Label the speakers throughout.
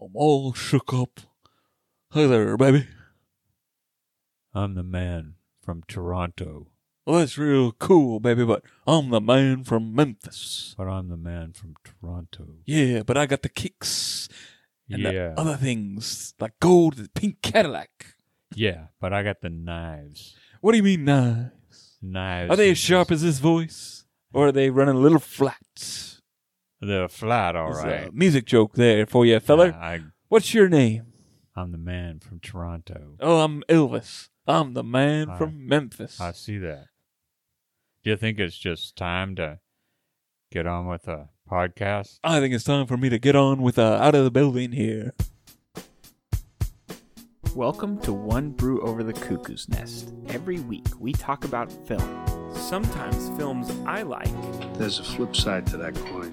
Speaker 1: I'm all shook up. Hey there, baby.
Speaker 2: I'm the man from Toronto,
Speaker 1: Well, that's real cool, baby, but I'm the man from Memphis.
Speaker 2: but I'm the man from Toronto.
Speaker 1: Yeah, but I got the kicks and
Speaker 2: Yeah.
Speaker 1: the other things like gold, the pink Cadillac.
Speaker 2: Yeah, but I got the knives.
Speaker 1: What do you mean knives?
Speaker 2: Knives.
Speaker 1: Are they as sharp as this voice, or are they running a little flat?
Speaker 2: They're flat, all
Speaker 1: There's a
Speaker 2: right.
Speaker 1: music joke there for you, feller.
Speaker 2: Nah, I,
Speaker 1: What's your name?
Speaker 2: I'm the man from Toronto.
Speaker 1: Oh, I'm Elvis. I'm the man
Speaker 2: Hi.
Speaker 1: from Memphis.
Speaker 2: I see that. Do you think it's just time to get on with a podcast?
Speaker 1: I think it's time for me to get on with uh, out of the building here.
Speaker 3: Welcome to One Brew Over the Cuckoo's Nest. Every week we talk about film. Sometimes films I like.
Speaker 4: There's a flip side to that coin.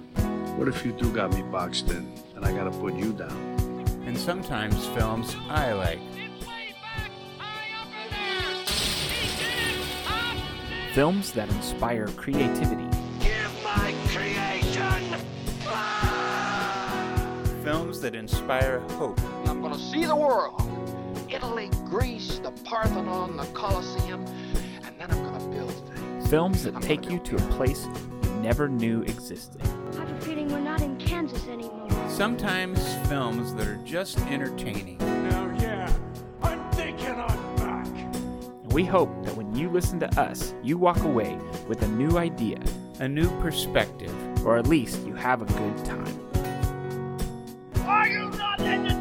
Speaker 4: What if you do got me boxed in and I gotta put you down?
Speaker 5: and sometimes films I like.
Speaker 6: It's laid back, high up in there. He did it. I'm dead.
Speaker 3: Films that inspire creativity.
Speaker 6: Give my creation.
Speaker 5: Films that inspire hope.
Speaker 7: I'm going to see the world. Italy, Greece, the Parthenon, the Colosseum, and then I'm going to build things.
Speaker 3: Films that
Speaker 7: I'm
Speaker 3: take
Speaker 7: gonna
Speaker 3: you
Speaker 7: build
Speaker 3: to a place you never knew existed.
Speaker 8: I have a feeling we're not in Kansas anymore.
Speaker 5: Sometimes films that are just entertaining.
Speaker 3: And we hope that when you listen to us, you walk away with a new idea,
Speaker 5: A new perspective.
Speaker 3: or at least you have a good time.
Speaker 6: Are you not entertained?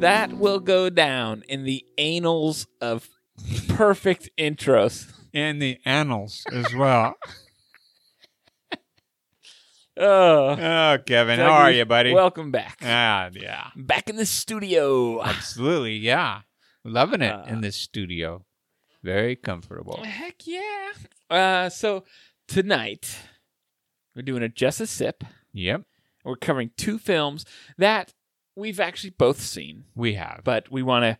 Speaker 3: That will go down in the annals of perfect intros.
Speaker 2: And the annals as well.
Speaker 3: Oh,
Speaker 2: oh, Kevin, how are you, buddy?
Speaker 3: Welcome back.
Speaker 2: ah, yeah.
Speaker 3: back in the studio.
Speaker 2: Absolutely, yeah. Loving it
Speaker 3: Uh, Eh.
Speaker 2: in this studio. Very comfortable.
Speaker 3: Heck yeah. Uh, so tonight we're doing a just a sip.
Speaker 2: Yep,
Speaker 3: We're covering two films that we've actually both seen,
Speaker 2: we have.
Speaker 3: but we want to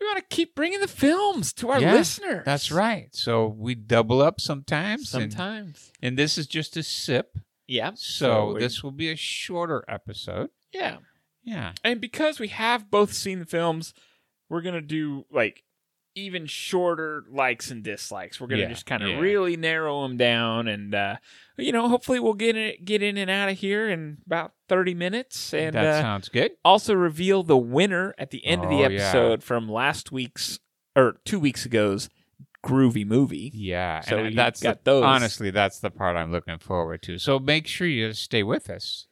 Speaker 3: we want to keep bringing the films to our
Speaker 2: Yeah,
Speaker 3: listeners.
Speaker 2: That's right. So we double up sometimes. and-
Speaker 3: Sometimes.
Speaker 2: And, this is just a sip.
Speaker 3: Yeah.
Speaker 2: So
Speaker 3: we're-
Speaker 2: this will be a shorter episode.
Speaker 3: Yeah.
Speaker 2: Yeah.
Speaker 3: And because we have both seen the films, we're going to do like even shorter likes and dislikes. We're going to
Speaker 2: Yeah,
Speaker 3: just kind of
Speaker 2: yeah.
Speaker 3: really narrow them down and uh you know, hopefully we'll get it, get in and out of here in about 30 minutes and
Speaker 2: that
Speaker 3: uh,
Speaker 2: sounds good.
Speaker 3: also reveal the winner at the end of the
Speaker 2: Oh, yeah.
Speaker 3: episode from last week's or two weeks ago's groovy movie.
Speaker 2: Yeah.
Speaker 3: So
Speaker 2: and
Speaker 3: you've
Speaker 2: that's the-
Speaker 3: got those.
Speaker 2: honestly that's the part I'm looking forward to. So make sure you stay with us.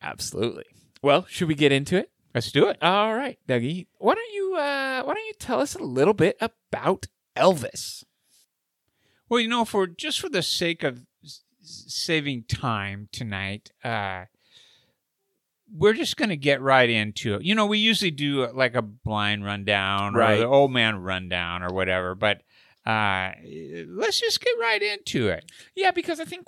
Speaker 3: Absolutely. Well, should we get into it?
Speaker 2: Let's do it.
Speaker 3: All right, Dougie. Why don't you uh, why don't you tell us a little bit about Elvis?
Speaker 2: Well, you know, for just for the sake of s- s- saving time tonight, uh, we're just going to get right into it. You know, we usually do uh, like a blind rundown
Speaker 3: Right.
Speaker 2: or the old man rundown or whatever, but uh, let's just get right into it.
Speaker 3: Yeah, because I think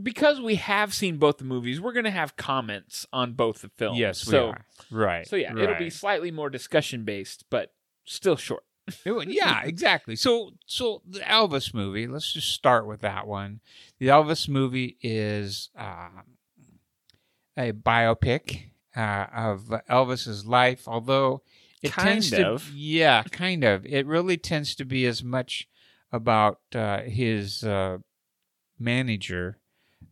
Speaker 3: because we have seen both the movies, we're gonna have comments on both the films.
Speaker 2: Yes, we
Speaker 3: so
Speaker 2: are. Right.
Speaker 3: so yeah, it'll be
Speaker 2: right.
Speaker 3: slightly more discussion based, but still short.
Speaker 2: It would- yeah, exactly. So, so the Elvis movie. Let's just start with that one. The Elvis movie is um a biopic uh, of Elvis's life, although it
Speaker 3: Kind
Speaker 2: tends to-
Speaker 3: of.
Speaker 2: yeah, kind of. It really tends to be as much about uh, his uh, manager,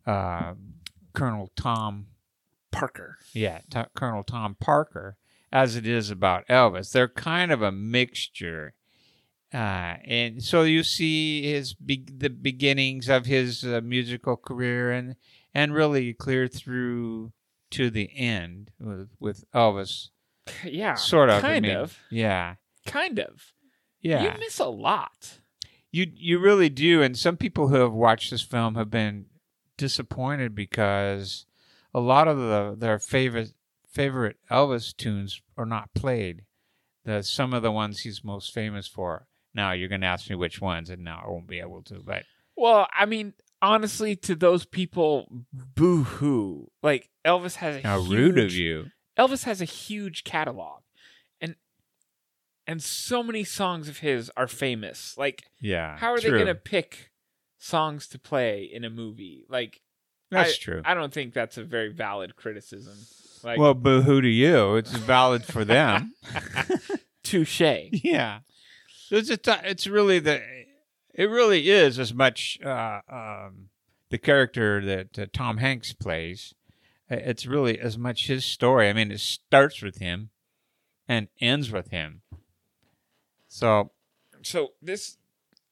Speaker 2: uh, Colonel Tom
Speaker 3: Parker.
Speaker 2: yeah, T- Colonel Tom Parker, as it is about Elvis. They're kind of a mixture. Uh, and so you see his be- the beginnings of his uh, musical career and and really clear through to the end with, with Elvis
Speaker 3: Yeah.
Speaker 2: sort of I
Speaker 3: Ah, Kind
Speaker 2: mean,
Speaker 3: of.
Speaker 2: yeah
Speaker 3: Kind of.
Speaker 2: yeah
Speaker 3: You miss a lot.
Speaker 2: you you really do and some people who have watched this film have been disappointed because a lot of the their favorite favorite Elvis tunes are not played the some of the ones he's most famous for now you're going to ask me which ones and now I won't be able to but
Speaker 3: Well, I mean, honestly, to those people, boo hoo. Like Elvis has a
Speaker 2: how
Speaker 3: huge,
Speaker 2: rude of you
Speaker 3: Elvis has a huge catalog, and
Speaker 9: and so many songs of his are famous. Like,
Speaker 2: Yeah.
Speaker 9: how are
Speaker 2: true.
Speaker 9: they going to pick songs to play in a movie? Like,
Speaker 2: That's
Speaker 9: I-
Speaker 2: true.
Speaker 9: I don't think that's a very valid criticism. Like,
Speaker 2: well, boo hoo to you. It's valid for them.
Speaker 9: touche.
Speaker 2: yeah. It's a t- it's really the it really is as much uh, um, the character that uh, Tom Hanks plays. Uh, It's really as much his story. I mean, it starts with him and ends with him. So
Speaker 9: So this,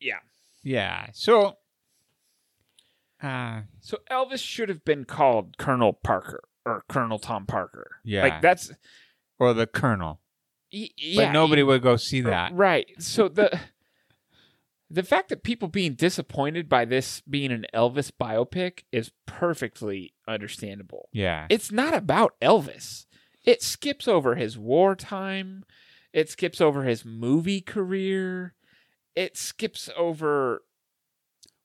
Speaker 9: yeah.
Speaker 2: yeah. So uh,
Speaker 9: So Elvis should have been called Colonel Parker or Colonel Tom Parker.
Speaker 2: Yeah.
Speaker 9: like that's
Speaker 2: or the Colonel,
Speaker 9: y-
Speaker 2: but
Speaker 9: yeah.
Speaker 2: nobody would go see that.
Speaker 9: Right. So the the fact that people being disappointed by this being an Elvis biopic is perfectly understandable.
Speaker 2: Yeah.
Speaker 9: It's not about Elvis. It skips over his wartime. It skips over his movie career. It skips over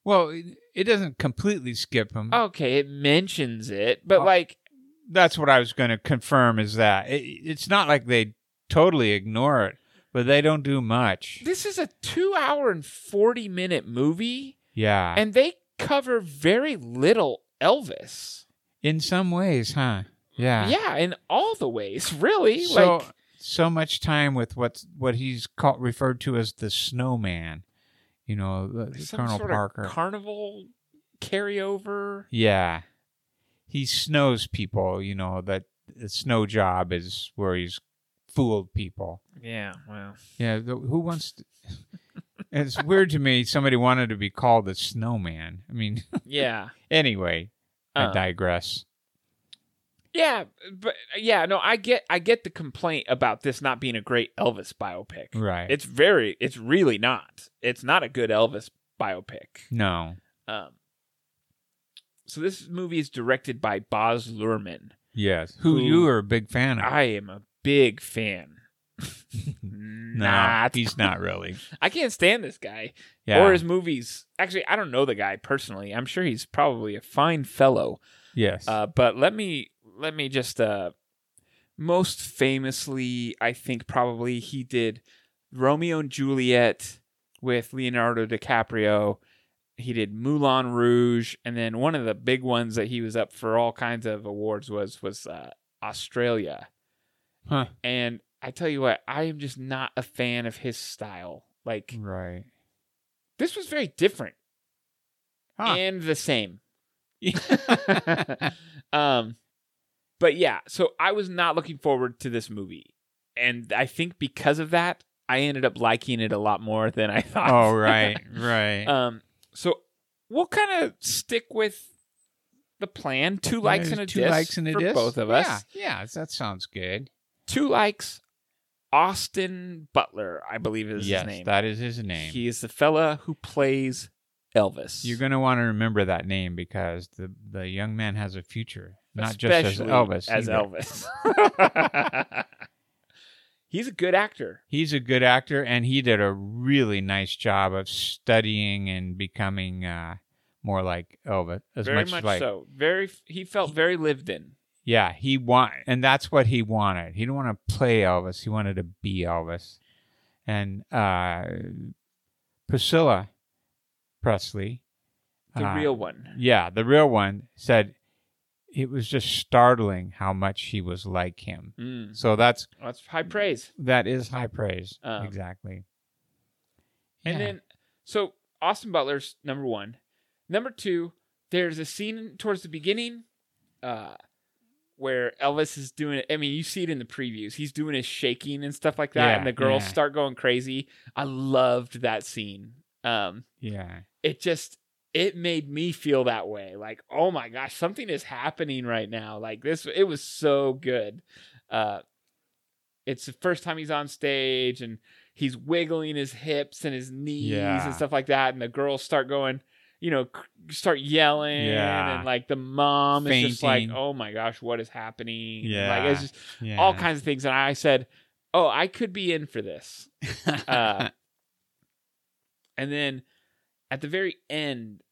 Speaker 2: Well, it, it doesn't completely skip him.
Speaker 9: okay, it mentions it, but
Speaker 2: Oh.
Speaker 9: like
Speaker 2: that's what I was going to confirm is that it, it's not like they totally ignore it, but they don't do much.
Speaker 9: this is a 2 hour and 40 minute movie
Speaker 2: Yeah.
Speaker 9: and they cover very little Elvis.
Speaker 2: in some ways, huh? Yeah.
Speaker 9: Yeah, in all the ways, really.
Speaker 2: So
Speaker 9: like
Speaker 2: so much time with what's what he's called referred to as the snowman. You know, the, the
Speaker 9: some
Speaker 2: Colonel
Speaker 9: sort
Speaker 2: Parker.
Speaker 9: of carnival carryover.
Speaker 2: yeah. He snows people, you know, that the snow job is where he's fooled people.
Speaker 9: Yeah, well,
Speaker 2: Yeah, the, who wants to It's weird to me somebody wanted to be called the snowman. I mean,
Speaker 9: yeah,
Speaker 2: anyway,
Speaker 9: Uh.
Speaker 2: I digress.
Speaker 9: yeah, but yeah, no, I get, I get the complaint about this not being a great Elvis biopic.
Speaker 2: Right.
Speaker 9: It's very, it's really not. It's not a good Elvis biopic.
Speaker 2: no.
Speaker 9: Um, so this movie is directed by Boz Luhrmann.
Speaker 2: Yes. Who,
Speaker 9: Who-
Speaker 2: you are a big fan of.
Speaker 9: I am a big fan.
Speaker 2: no,
Speaker 9: not.
Speaker 2: he's not really.
Speaker 9: I can't stand this guy.
Speaker 2: Yeah.
Speaker 9: or his movies. Actually, I don't know the guy personally. I'm sure he's probably a fine fellow.
Speaker 2: yes.
Speaker 9: Uh, but let me let me just uh, most famously, I think probably he did Romeo and Juliet with Leonardo DiCaprio. He did Moulin Rouge, and then one of the big ones that he was up for all kinds of awards was was uh, Australia.
Speaker 2: Huh.
Speaker 9: And I tell you what, I am just not a fan of his style. Like
Speaker 2: right.
Speaker 9: this was very different
Speaker 2: Huh.
Speaker 9: and the same. um, but yeah, so I was not looking forward to this movie, and I think because of that, I ended up liking it a lot more than I thought.
Speaker 2: oh, right. Right.
Speaker 9: um, so we'll kind of stick with the plan: two likes and a
Speaker 2: two
Speaker 9: diss
Speaker 2: likes and a
Speaker 9: for
Speaker 2: diss.
Speaker 9: both of us.
Speaker 2: Yeah, yeah, that sounds good.
Speaker 9: Two likes. Austin Butler, I believe is
Speaker 2: yes,
Speaker 9: his name.
Speaker 2: that is his name.
Speaker 9: He is the fella who plays Elvis.
Speaker 2: You're going to want to remember that name because the the young man has a future, not just as
Speaker 9: Especially
Speaker 2: Elvis.
Speaker 9: As
Speaker 2: either.
Speaker 9: Elvis. He's a good actor.
Speaker 2: he's a good actor and he did a really nice job of studying and becoming uh, more like Elvis as
Speaker 9: very
Speaker 2: much,
Speaker 9: much
Speaker 2: like
Speaker 9: so. Very he felt very lived in.
Speaker 2: yeah he want and that's what he wanted he didn't want to play Elvis he wanted to be Elvis and uh, Priscilla Presley
Speaker 9: The
Speaker 2: uh,
Speaker 9: real one.
Speaker 2: yeah the real one said it was just startling how much he was like him
Speaker 9: Mm,
Speaker 2: so that's
Speaker 9: that's high praise.
Speaker 2: that is high praise
Speaker 9: Um,
Speaker 2: exactly
Speaker 9: And
Speaker 2: Yeah.
Speaker 9: then so Austin Butler's number 1. Number 2, there's a scene towards the beginning uh where Elvis is doing I mean, you see it in the previews. He's doing his shaking and stuff like that
Speaker 2: Yeah,
Speaker 9: and the girls
Speaker 2: yeah.
Speaker 9: start going crazy. I loved that scene. Um
Speaker 2: yeah
Speaker 9: it just it made me feel that way like oh my gosh something is happening right now like this it was so good uh it's the first time he's on stage and he's wiggling his hips and his knees
Speaker 2: Yeah.
Speaker 9: and stuff like that and the girls start going you know c- start yelling
Speaker 2: Yeah.
Speaker 9: and like the mom is just like
Speaker 2: Fainting.
Speaker 9: oh my gosh what is happening like
Speaker 2: Yeah.
Speaker 9: it's just
Speaker 2: yeah
Speaker 9: all kinds of things and i said oh i could be in for this uh, and then at the very end,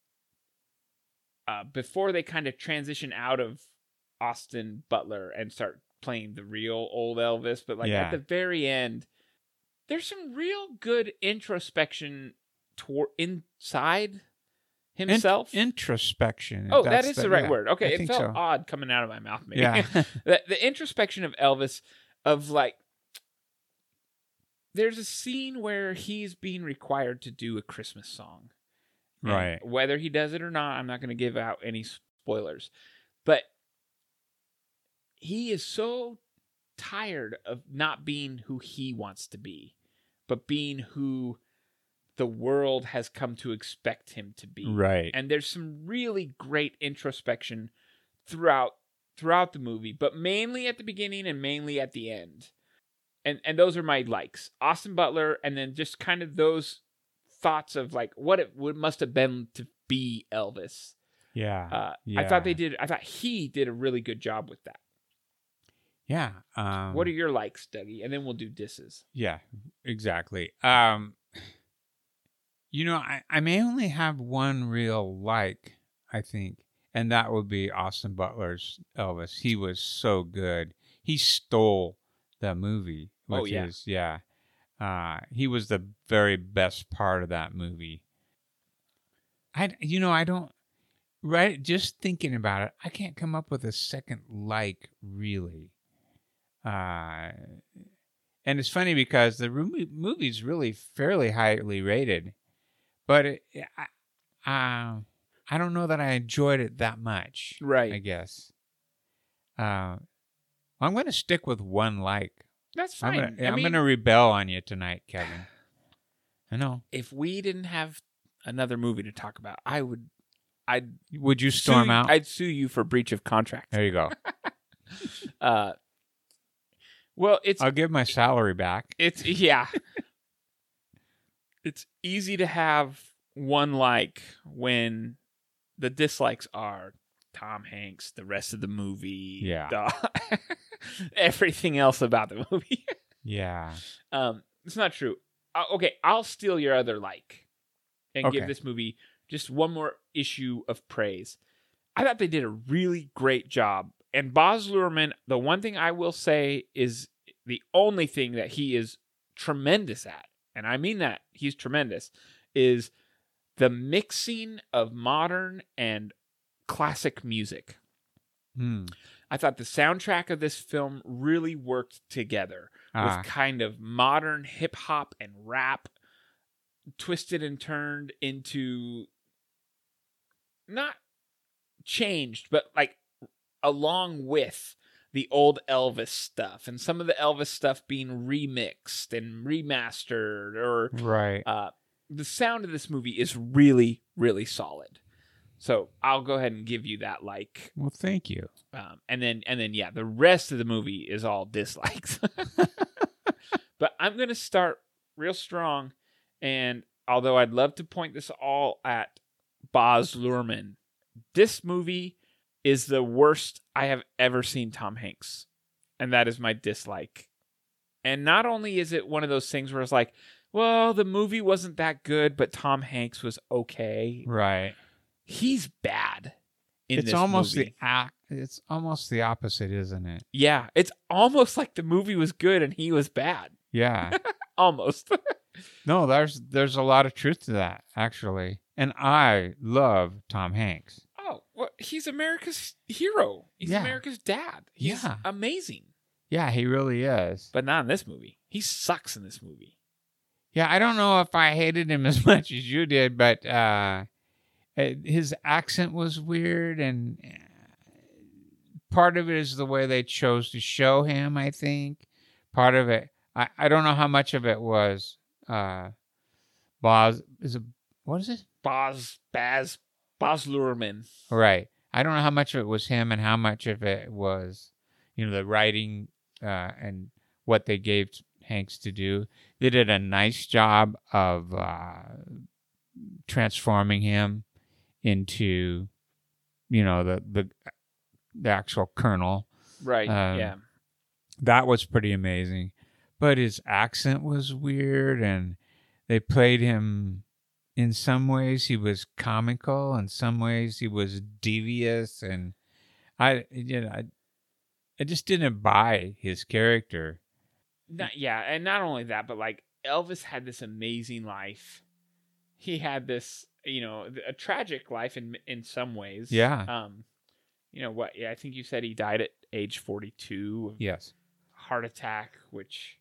Speaker 9: uh, before they kind of transition out of Austin Butler and start playing the real old Elvis, but like
Speaker 2: Yeah.
Speaker 9: at the very end, there's some real good introspection toward inside
Speaker 2: Int-
Speaker 9: himself.
Speaker 2: introspection. if
Speaker 9: oh, that
Speaker 2: that's
Speaker 9: is the right
Speaker 2: yeah,
Speaker 9: word.
Speaker 2: I
Speaker 9: Okay, it
Speaker 2: think
Speaker 9: felt
Speaker 2: so.
Speaker 9: odd coming out of my mouth. Maybe.
Speaker 2: Yeah.
Speaker 9: the, the introspection of Elvis of like there's a scene where he's being required to do a Christmas song. And
Speaker 2: Right.
Speaker 9: whether he does it or not, I'm not going to give out any spoilers. But he is so tired of not being who he wants to be, but being who the world has come to expect him to be
Speaker 2: Right.
Speaker 9: and there's some really great introspection throughout throughout the movie but mainly at the beginning and mainly at the end and and those are my likes austin butler and then just kind of those thoughts of like what it would must have been to be elvis
Speaker 2: Yeah.
Speaker 9: uh, i
Speaker 2: Yeah.
Speaker 9: thought they did i thought he did a really good job with that
Speaker 2: yeah. Um,
Speaker 9: what are your likes dougie and then we'll do disses
Speaker 2: Yeah, exactly. Um you know, I, I may only have one real like, I think, and that would be Austin Butler's Elvis. He was so good. He stole the movie with
Speaker 9: Oh, yeah.
Speaker 2: his yeah. Uh he was the very best part of that movie. I you know, I don't right just thinking about it, I can't come up with a second like really. Uh and it's funny because the roo- movie's really fairly highly rated, but it, I, um, I don't know that I enjoyed it that much.
Speaker 9: Right.
Speaker 2: I guess. Uh, I'm going to stick with one like.
Speaker 9: that's
Speaker 2: I'm
Speaker 9: fine
Speaker 2: going to
Speaker 9: I
Speaker 2: I'm
Speaker 9: mean,
Speaker 2: going to rebel on you tonight, Kevin. I know.
Speaker 9: if we didn't have another movie to talk about i would i'd
Speaker 2: Would you
Speaker 9: sue
Speaker 2: storm
Speaker 9: you-
Speaker 2: out?
Speaker 9: i'd sue you for breach of contract
Speaker 2: there you go.
Speaker 9: Uh, well, it's
Speaker 2: I'll give my salary back.
Speaker 9: it's yeah. it's easy to have one like when the dislikes are Tom Hanks, the rest of the movie,
Speaker 2: Yeah.
Speaker 9: the- everything else about the movie.
Speaker 2: Yeah.
Speaker 9: Um, it's not true. Uh, okay, I'll steal your other like and give
Speaker 2: Okay.
Speaker 9: this movie just one more issue of praise. I thought they did a really great job. And Boz Luhrmann, the one thing I will say is the only thing that he is tremendous at, and I mean that he's tremendous, is the mixing of modern and classic music.
Speaker 2: Hmm.
Speaker 9: I thought the soundtrack of this film really worked together
Speaker 2: Ah,
Speaker 9: with kind of modern hip hop and rap twisted and turned into not changed, but like along with the old Elvis stuff and some of the Elvis stuff being remixed and remastered or
Speaker 2: right.
Speaker 9: uh, the sound of this movie is really, really solid. So I'll go ahead and give you that like
Speaker 2: well, thank you.
Speaker 9: um, and then and then yeah, the rest of the movie is all dislikes. but I'm gonna start real strong, and although I'd love to point this all at Boz Luhrmann, this movie is the worst I have ever seen Tom Hanks, and that is my dislike. And not only is it one of those things where it's like, well, the movie wasn't that good, but Tom Hanks was okay.
Speaker 2: Right.
Speaker 9: He's bad. In
Speaker 2: it's
Speaker 9: this
Speaker 2: almost
Speaker 9: movie.
Speaker 2: the act. It's almost the opposite, isn't it?
Speaker 9: Yeah, it's almost like the movie was good and he was bad.
Speaker 2: Yeah.
Speaker 9: Almost.
Speaker 2: No, there's there's a lot of truth to that actually, and I love Tom Hanks.
Speaker 9: oh, well, he's America's hero. He's
Speaker 2: Yeah.
Speaker 9: America's dad. He's
Speaker 2: Yeah.
Speaker 9: amazing.
Speaker 2: Yeah, he really is.
Speaker 9: But not in this movie. He sucks in this movie.
Speaker 2: Yeah, I don't know if I hated him as much as you did, but uh, it- his accent was weird, and uh, part of it is the way they chose to show him. I think part of it. I, I don't know how much of it was. Uh, Boz is it what is it?
Speaker 9: Boz Baz Boz Luhrmann.
Speaker 2: Right. I don't know how much of it was him and how much of it was, you know, the writing uh, and what they gave Hanks to do. They did a nice job of uh, transforming him into, you know, the the, the actual colonel.
Speaker 9: Right.
Speaker 2: Um,
Speaker 9: yeah.
Speaker 2: That was pretty amazing. But his accent was weird, and they played him. In some ways, he was comical. In some ways, he was devious, and I, you know, I, I just didn't buy his character.
Speaker 9: Not, yeah, and not only that, but like Elvis had this amazing life. He had this, you know, th- a tragic life in in some ways.
Speaker 2: Yeah.
Speaker 9: Um, you know what? Yeah, I think you said he died at age 42 of
Speaker 2: Yes.
Speaker 9: heart attack, which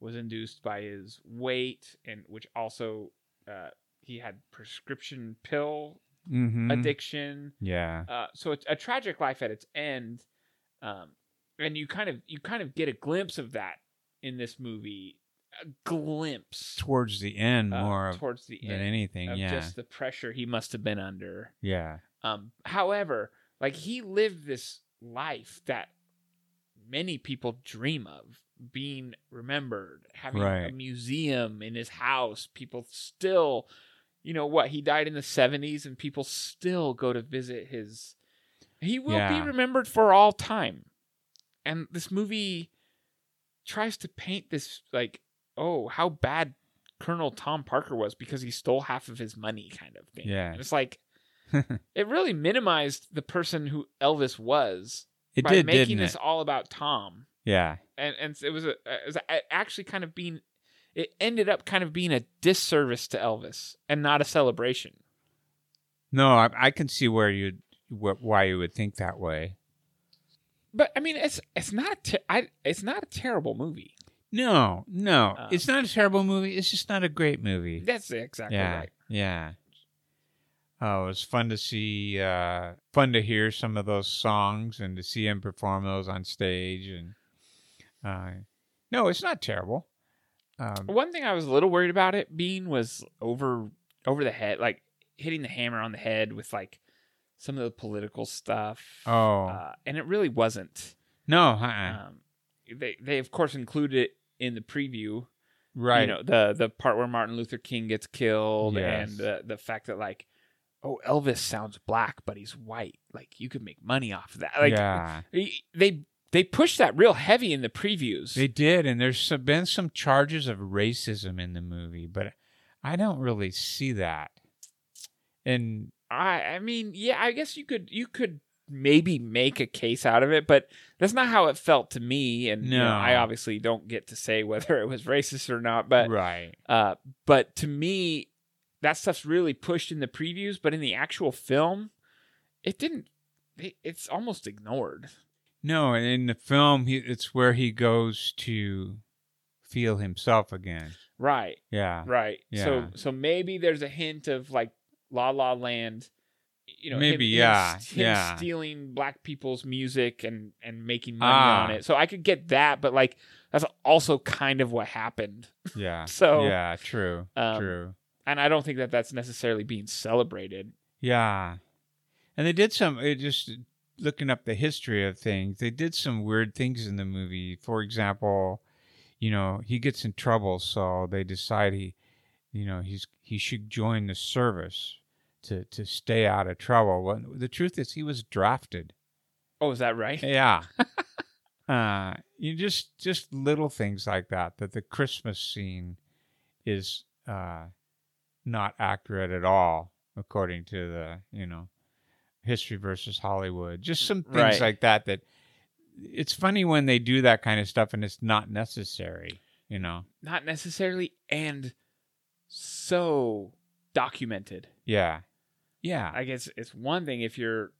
Speaker 9: was induced by his weight, and which also uh, he had prescription pill
Speaker 2: Mm-hmm.
Speaker 9: addiction.
Speaker 2: Yeah.
Speaker 9: Uh, so it's a tragic life at its end, um, and you kind of you kind of get a glimpse of that in this movie. A glimpse
Speaker 2: Towards the end,
Speaker 9: uh,
Speaker 2: more of
Speaker 9: towards the
Speaker 2: than
Speaker 9: end
Speaker 2: anything.
Speaker 9: of
Speaker 2: Yeah.
Speaker 9: just the pressure he must have been under.
Speaker 2: yeah.
Speaker 9: Um, however, like he lived this life that many people dream of being remembered, having a
Speaker 2: Right.
Speaker 9: museum in his house. People still, you know what? He died in the 70s and people still go to visit his. He will
Speaker 2: Yeah.
Speaker 9: be remembered for all time. And this movie tries to paint this like, oh, how bad Colonel Tom Parker was because he stole half of his money kind of thing.
Speaker 2: Yeah.
Speaker 9: And it's like, it really minimized the person who Elvis was
Speaker 2: It
Speaker 9: by
Speaker 2: did,
Speaker 9: making
Speaker 2: didn't
Speaker 9: this
Speaker 2: it?
Speaker 9: all about Tom,
Speaker 2: Yeah.
Speaker 9: and and it was a it was a- actually kind of being it ended up kind of being a disservice to Elvis and not a celebration.
Speaker 2: No, I, I can see where you wh- why you would think that way.
Speaker 9: But I mean, it's it's not a ter- I, it's not a terrible movie.
Speaker 2: No, no,
Speaker 9: Um,
Speaker 2: it's not a terrible movie. It's just not a great movie.
Speaker 9: That's exactly
Speaker 2: yeah,
Speaker 9: right.
Speaker 2: yeah. Oh, it was fun to see, uh, fun to hear some of those songs and to see him perform those on stage. And uh, no, it's not terrible. Um,
Speaker 9: One thing I was a little worried about it being was over over the head, like hitting the hammer on the head with like some of the political stuff.
Speaker 2: oh
Speaker 9: Uh, and it really wasn't.
Speaker 2: no, uh-uh.
Speaker 9: Um, they they of course included it in the preview.
Speaker 2: right?
Speaker 9: You know the the part where Martin Luther King gets killed
Speaker 2: Yes.
Speaker 9: and the the fact that like, oh Elvis sounds black but he's white. Like you could make money off of that. Like
Speaker 2: yeah,
Speaker 9: he- they they pushed that real heavy in the previews.
Speaker 2: they did, and there's some, been some charges of racism in the movie, but I don't really see that. And
Speaker 9: I I mean yeah I guess you could you could maybe make a case out of it but that's not how it felt to me and you know,
Speaker 2: No.
Speaker 9: I obviously don't get to say whether it was racist or not but
Speaker 2: right,
Speaker 9: Uh, but to me, that stuff's really pushed in the previews, but in the actual film, it didn't. It, it's almost ignored.
Speaker 2: no, and in the film, he, it's where he goes to feel himself again.
Speaker 9: Right,
Speaker 2: Yeah.
Speaker 9: right. So,
Speaker 2: Yeah.
Speaker 9: so maybe there's a hint of like La La Land. You know, him-
Speaker 2: Maybe,
Speaker 9: him,
Speaker 2: yeah,
Speaker 9: s- him
Speaker 2: yeah.
Speaker 9: stealing black people's music and and making money
Speaker 2: Ah.
Speaker 9: on it. So I could get that, but like that's also kind of what happened.
Speaker 2: Yeah.
Speaker 9: So,
Speaker 2: yeah, true,
Speaker 9: um,
Speaker 2: true.
Speaker 9: and I don't think that that's necessarily being celebrated.
Speaker 2: Yeah, and they did some. It just looking up the history of things. They did some weird things in the movie. For example, you know, he gets in trouble, so they decide he, you know, he's he should join the service to to stay out of trouble. Well, the truth is, he was drafted.
Speaker 9: Oh, is that right?
Speaker 2: Yeah. uh, you just just little things like that. That the Christmas scene is uh, not accurate at all, according to the you know history versus Hollywood. Just some things
Speaker 9: Right.
Speaker 2: like that. That it's funny when they do that kind of stuff, and it's not necessary. You know.
Speaker 9: not necessarily and so documented
Speaker 2: Yeah. Yeah.
Speaker 9: i guess it's one thing if you're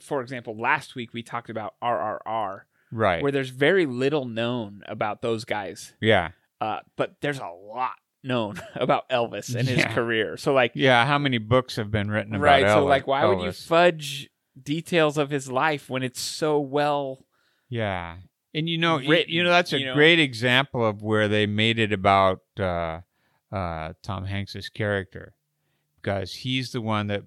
Speaker 9: for example last week we talked about rrr
Speaker 2: right.
Speaker 9: where there's very little known about those guys
Speaker 2: yeah.
Speaker 9: uh, but there's a lot known about elvis and his
Speaker 2: Yeah.
Speaker 9: career so like
Speaker 2: Yeah. How many books have been written about
Speaker 9: right so
Speaker 2: Elvis-
Speaker 9: like why would you
Speaker 2: Elvis?
Speaker 9: fudge details of his life when it's so well
Speaker 2: Yeah. And you know, y-
Speaker 9: written,
Speaker 2: you know that's a
Speaker 9: you know?
Speaker 2: great example of where they made it about uh, uh, Tom Hanks's character, because he's the one that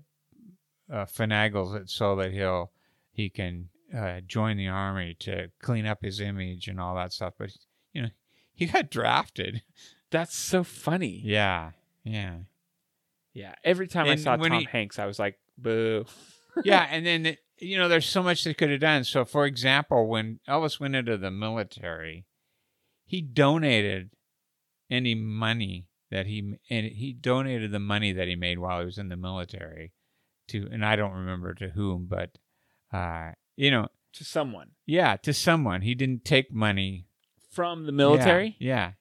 Speaker 2: uh, finagles it so that he'll he can uh, join the army to clean up his image and all that stuff. But you know, he got drafted.
Speaker 9: that's so funny yeah,
Speaker 2: Yeah, yeah,
Speaker 9: every time i
Speaker 2: And
Speaker 9: saw
Speaker 2: when
Speaker 9: tom
Speaker 2: he-
Speaker 9: hanks i was like boo
Speaker 2: yeah. And then you know, there's so much they could have done. So, for example, when Elvis went into the military, he donated any money that he and he donated the money that he made while he was in the military to and I don't remember to whom but uh you know
Speaker 9: to someone
Speaker 2: yeah to someone he didn't take money
Speaker 9: from the
Speaker 2: Yeah,
Speaker 9: military
Speaker 2: yeah,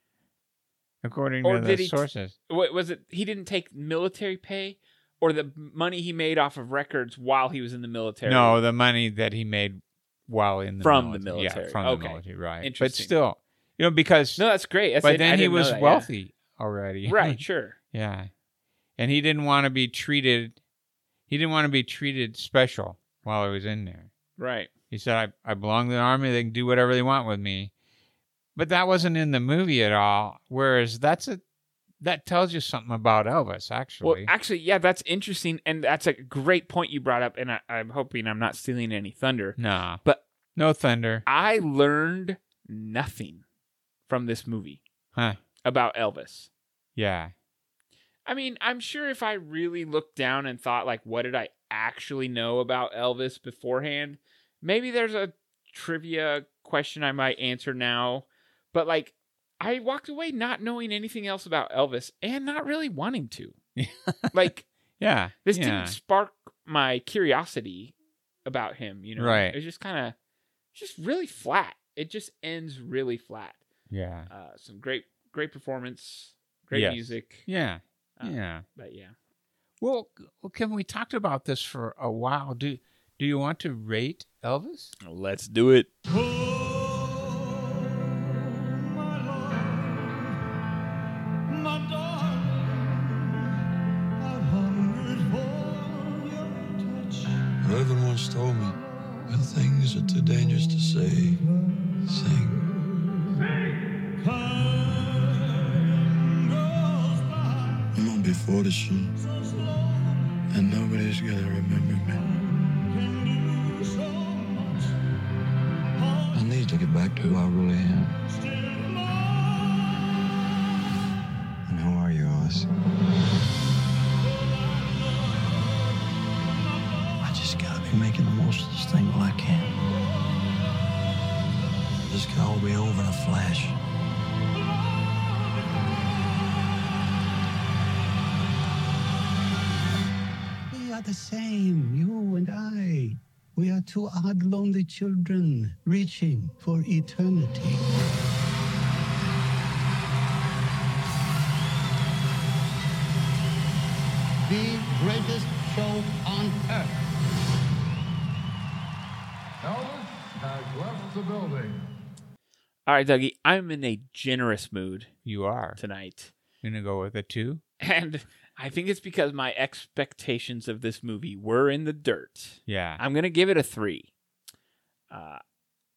Speaker 2: according
Speaker 9: Or
Speaker 2: to
Speaker 9: did
Speaker 2: the
Speaker 9: he-
Speaker 2: sources.
Speaker 9: What was it? He didn't take military pay or the money he made off of records while he was in the military.
Speaker 2: No, the money that he made while in the
Speaker 9: From the
Speaker 2: military.
Speaker 9: military.
Speaker 2: Yeah, from
Speaker 9: Okay.
Speaker 2: the military, right. But
Speaker 9: Interesting.
Speaker 2: still, you know, because
Speaker 9: no, that's great. That's
Speaker 2: but
Speaker 9: it. I
Speaker 2: then he
Speaker 9: didn't know
Speaker 2: was
Speaker 9: that, yeah.
Speaker 2: wealthy already.
Speaker 9: Right, sure.
Speaker 2: yeah. And he didn't want to be treated he didn't want to be treated special while he was in there.
Speaker 9: Right.
Speaker 2: He said, I, I belong to the army. They can do whatever they want with me. But that wasn't in the movie at all. Whereas that's a that tells you something about Elvis,
Speaker 9: Well,
Speaker 2: actually.
Speaker 9: actually, yeah, that's interesting, and that's a great point you brought up. And I, I'm hoping I'm not stealing any thunder.
Speaker 2: nah.
Speaker 9: but-
Speaker 2: no thunder.
Speaker 9: I learned nothing from this movie
Speaker 2: Huh.
Speaker 9: about Elvis.
Speaker 2: Yeah.
Speaker 9: I mean, I'm sure if I really looked down and thought, like, what did I actually know about Elvis beforehand? Maybe there's a trivia question I might answer now. But, like, I walked away not knowing anything else about Elvis and not really wanting to. like,
Speaker 2: Yeah.
Speaker 9: this
Speaker 2: yeah.
Speaker 9: didn't spark my curiosity about him, you know?
Speaker 2: Right.
Speaker 9: It was just kind of just really flat. It just ends really flat.
Speaker 2: Yeah.
Speaker 9: Uh, some great, great performance, great
Speaker 2: Yes.
Speaker 9: music.
Speaker 2: Yeah.
Speaker 9: Uh,
Speaker 2: yeah.
Speaker 9: But yeah.
Speaker 2: Well, well, Kim, we talked about this for a while. Do do you want to rate Elvis?
Speaker 1: Let's do it.
Speaker 10: Reverend once told me there are things that are too dangerous to say. Sing. Sing. I'm gonna be 40 soon, and nobody's gonna remember me. I need to get back to who I really am. And who are you, Oz? I just gotta be making the most of this thing while I can. This can all be over in a flash. We are the same, you and I. We are two odd, lonely children reaching for eternity. The greatest show on earth.
Speaker 6: Elvis has left the building.
Speaker 9: All right, Dougie, I'm in a generous mood
Speaker 2: You are.
Speaker 9: tonight.
Speaker 2: You're gonna go with a two?
Speaker 9: And I think it's because my expectations of this movie were in the dirt.
Speaker 2: Yeah.
Speaker 9: I'm going to give it a three. Uh,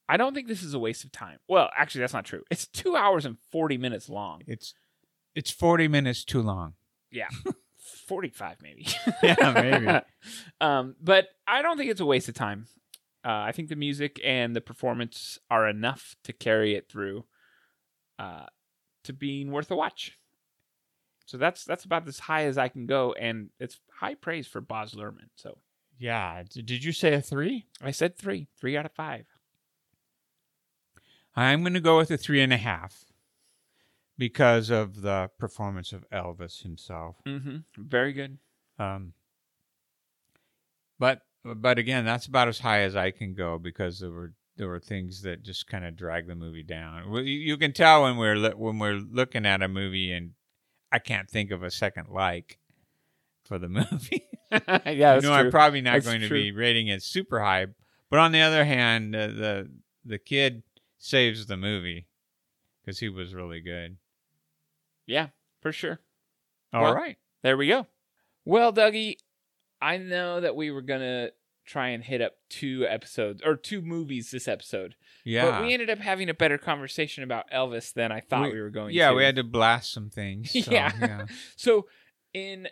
Speaker 9: I don't think this is a waste of time. Well, actually, that's not true. It's two hours and 40 minutes long.
Speaker 2: It's it's forty minutes too long.
Speaker 9: 45, maybe.
Speaker 2: Yeah, maybe.
Speaker 9: um, but I don't think it's a waste of time. Uh, I think the music and the performance are enough to carry it through uh, to being worth a watch. So that's that's about as high as I can go, and it's high praise for Boz Luhrmann. So
Speaker 2: Yeah. D- Did you say a three?
Speaker 9: I said three, three out of five.
Speaker 2: I'm gonna go with a three and a half because of the performance of Elvis himself.
Speaker 9: Mm-hmm. Very good.
Speaker 2: Um, but but again, that's about as high as I can go because there were there were things that just kind of drag the movie down. Well, you, you can tell when we're li- when we're looking at a movie and I can't think of a second like for the movie.
Speaker 9: yeah, that's
Speaker 2: no, I'm probably not
Speaker 9: That's
Speaker 2: going to
Speaker 9: true.
Speaker 2: be rating it super high. But on the other hand, uh, the the kid saves the movie because he was really good.
Speaker 9: yeah, for sure.
Speaker 2: All right,
Speaker 9: Well, There we go. Well, Dougie, I know that we were gonna try and hit up two episodes or two movies this episode.
Speaker 2: yeah,
Speaker 9: But we ended up having a better conversation about Elvis than I thought we, were going
Speaker 2: yeah,
Speaker 9: to.
Speaker 2: we had to blast some things. so,
Speaker 9: Yeah.
Speaker 2: yeah.
Speaker 9: So in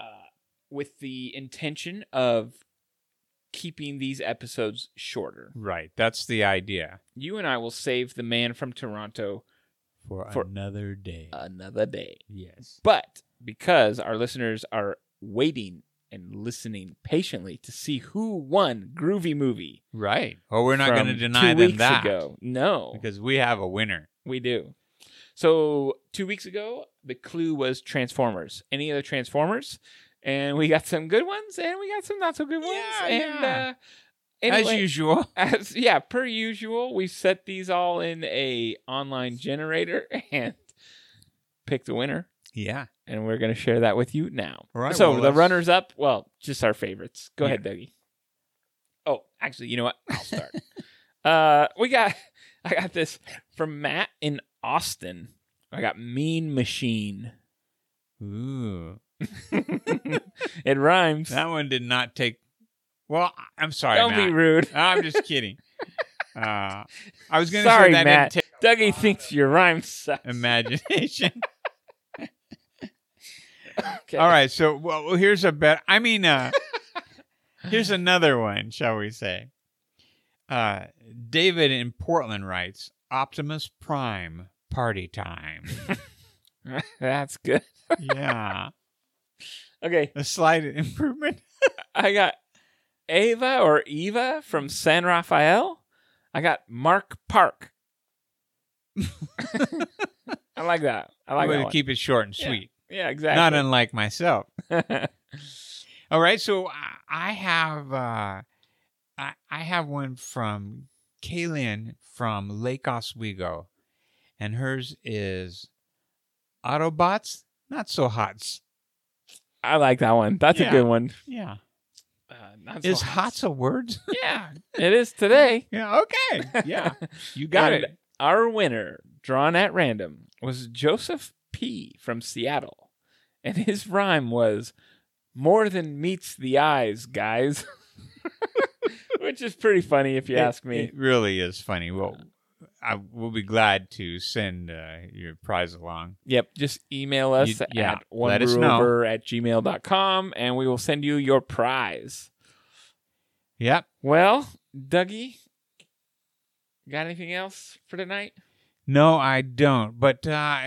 Speaker 9: uh with the intention of keeping these episodes shorter,
Speaker 2: Right. That's the idea
Speaker 9: you and I will save the man from Toronto
Speaker 2: for,
Speaker 9: For-
Speaker 2: another day.
Speaker 9: another day.
Speaker 2: yes.
Speaker 9: But because our listeners are waiting and listening patiently to see who won Groovy Movie.
Speaker 2: Right. Or we're not going to
Speaker 9: from
Speaker 2: deny
Speaker 9: two
Speaker 2: them
Speaker 9: weeks
Speaker 2: that
Speaker 9: Ago. No,
Speaker 2: because we have a winner.
Speaker 9: we do. So two weeks ago, the clue was Transformers. Any other Transformers? And we got some good ones, and we got some not so good ones.
Speaker 2: Yeah,
Speaker 9: and
Speaker 2: yeah.
Speaker 9: uh, anyway,
Speaker 2: As usual.
Speaker 9: as yeah, per usual, we set these all in a online generator, and pick the winner,
Speaker 2: Yeah.
Speaker 9: and we're going to share that with you now.
Speaker 2: All right,
Speaker 9: so
Speaker 2: well,
Speaker 9: the
Speaker 2: let's-
Speaker 9: runners up, well, just our favorites. Go ahead, Dougie. Oh, actually, you know what? I'll start. uh, we got, I got this from Matt in Austin. I got Mean Machine.
Speaker 2: Ooh.
Speaker 9: it rhymes.
Speaker 2: That one did not take. Well, I- I'm sorry,
Speaker 9: Don't
Speaker 2: Matt.
Speaker 9: be rude.
Speaker 2: I'm just kidding. Uh, I was going to
Speaker 9: Sorry,
Speaker 2: say that
Speaker 9: Matt.
Speaker 2: didn't
Speaker 9: Dougie thinks your rhyme sucks.
Speaker 2: take imagination.
Speaker 9: Okay.
Speaker 2: All right, so well, well, here's a bet. I mean, uh, here's another one, shall we say? Uh, David in Portland writes, "Optimus Prime party time."
Speaker 9: That's good.
Speaker 2: yeah,
Speaker 9: Okay.
Speaker 2: a slight improvement.
Speaker 9: I got Ava or Eva from San Rafael. I got Mark Park. I like that. I
Speaker 2: I'm
Speaker 9: like
Speaker 2: going
Speaker 9: that.
Speaker 2: to
Speaker 9: one.
Speaker 2: keep it short and sweet,
Speaker 9: yeah,
Speaker 2: not
Speaker 9: exactly.
Speaker 2: unlike myself.
Speaker 9: Not
Speaker 2: All right, so I- I have uh, I I have one from Kaylin from Lake Oswego, and hers is Autobots, not so hots.
Speaker 9: I like that one. That's
Speaker 2: Yeah.
Speaker 9: a good one.
Speaker 2: Yeah.
Speaker 9: Uh, not
Speaker 2: Is
Speaker 9: so-
Speaker 2: hot's a word?
Speaker 9: Yeah, it is today.
Speaker 2: Yeah, okay. Yeah. You got
Speaker 9: And
Speaker 2: it.
Speaker 9: Our winner, drawn at random, was Joseph P. from Seattle. And his rhyme was more than meets the eyes, guys. Which is pretty funny if you ask me.
Speaker 2: It really is funny. Well, I will be glad to send uh, your prize along.
Speaker 9: Yep. Just email us
Speaker 2: You- yeah,
Speaker 9: at
Speaker 2: let us know.
Speaker 9: onebrewover at gmail.com and we will send you your prize.
Speaker 2: Yep.
Speaker 9: Well, Dougie, got anything else for tonight?
Speaker 2: No, I don't. But uh,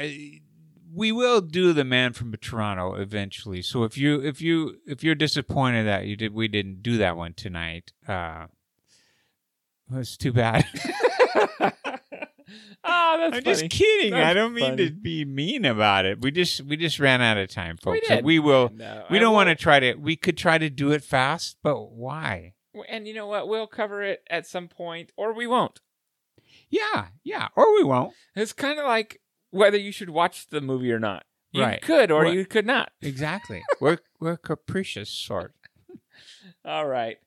Speaker 2: we will do the man from Toronto eventually. So if you if you if you're disappointed that you did we didn't do that one tonight, uh, well, it's too bad.
Speaker 9: oh, Ah, that's
Speaker 2: I'm
Speaker 9: funny.
Speaker 2: just kidding. I
Speaker 9: That's
Speaker 2: don't mean
Speaker 9: funny.
Speaker 2: to be mean about it. We just we just ran out of time, folks. So
Speaker 9: did.
Speaker 2: we will.
Speaker 9: No,
Speaker 2: We
Speaker 9: I
Speaker 2: don't
Speaker 9: won't.
Speaker 2: want to try to. We could try to do it fast, but why?
Speaker 9: And you know what? We'll cover it at some point, or we won't.
Speaker 2: Yeah, yeah. Or we won't.
Speaker 9: It's kind of like whether you should watch the movie or not. You
Speaker 2: Right.
Speaker 9: could or
Speaker 2: What-
Speaker 9: you could not.
Speaker 2: Exactly. we're we're a capricious sort.
Speaker 9: All right.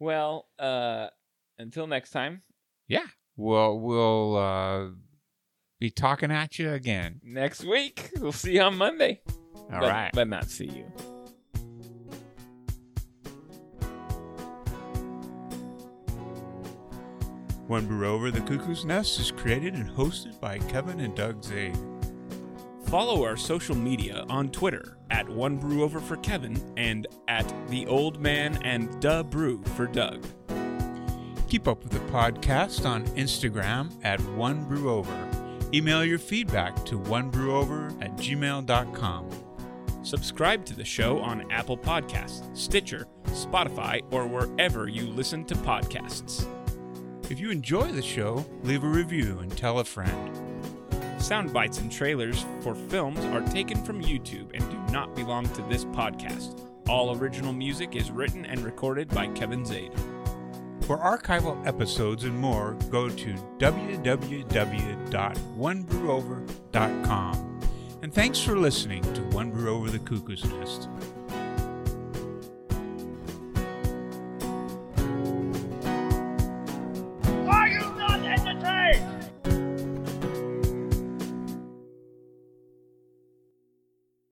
Speaker 9: Well, uh, until next time.
Speaker 2: We'll we'll uh, be talking at you again.
Speaker 9: Next week, we'll see you on Monday.
Speaker 2: All
Speaker 9: All
Speaker 2: right.
Speaker 9: right, but, but not see you.
Speaker 2: One Brew Over the Cuckoo's Nest is created and hosted by Kevin and Doug Zade.
Speaker 11: Follow our social media on Twitter at One Brew Over for Kevin and at The Old Man and Duh Brew for Doug.
Speaker 2: Keep up with the podcast on Instagram at One Brew Over. Email your feedback to onebrewover at gmail.com.
Speaker 11: Subscribe to the show on Apple Podcasts, Stitcher, Spotify, or wherever you listen to podcasts.
Speaker 2: If you enjoy the show, leave a review and tell a friend.
Speaker 11: Sound bites and trailers for films are taken from YouTube and do not belong to this podcast. All original music is written and recorded by Kevin Zade.
Speaker 2: For archival episodes and more, go to www.onebrewover.com. And thanks for listening to One Brew Over the Cuckoo's Nest.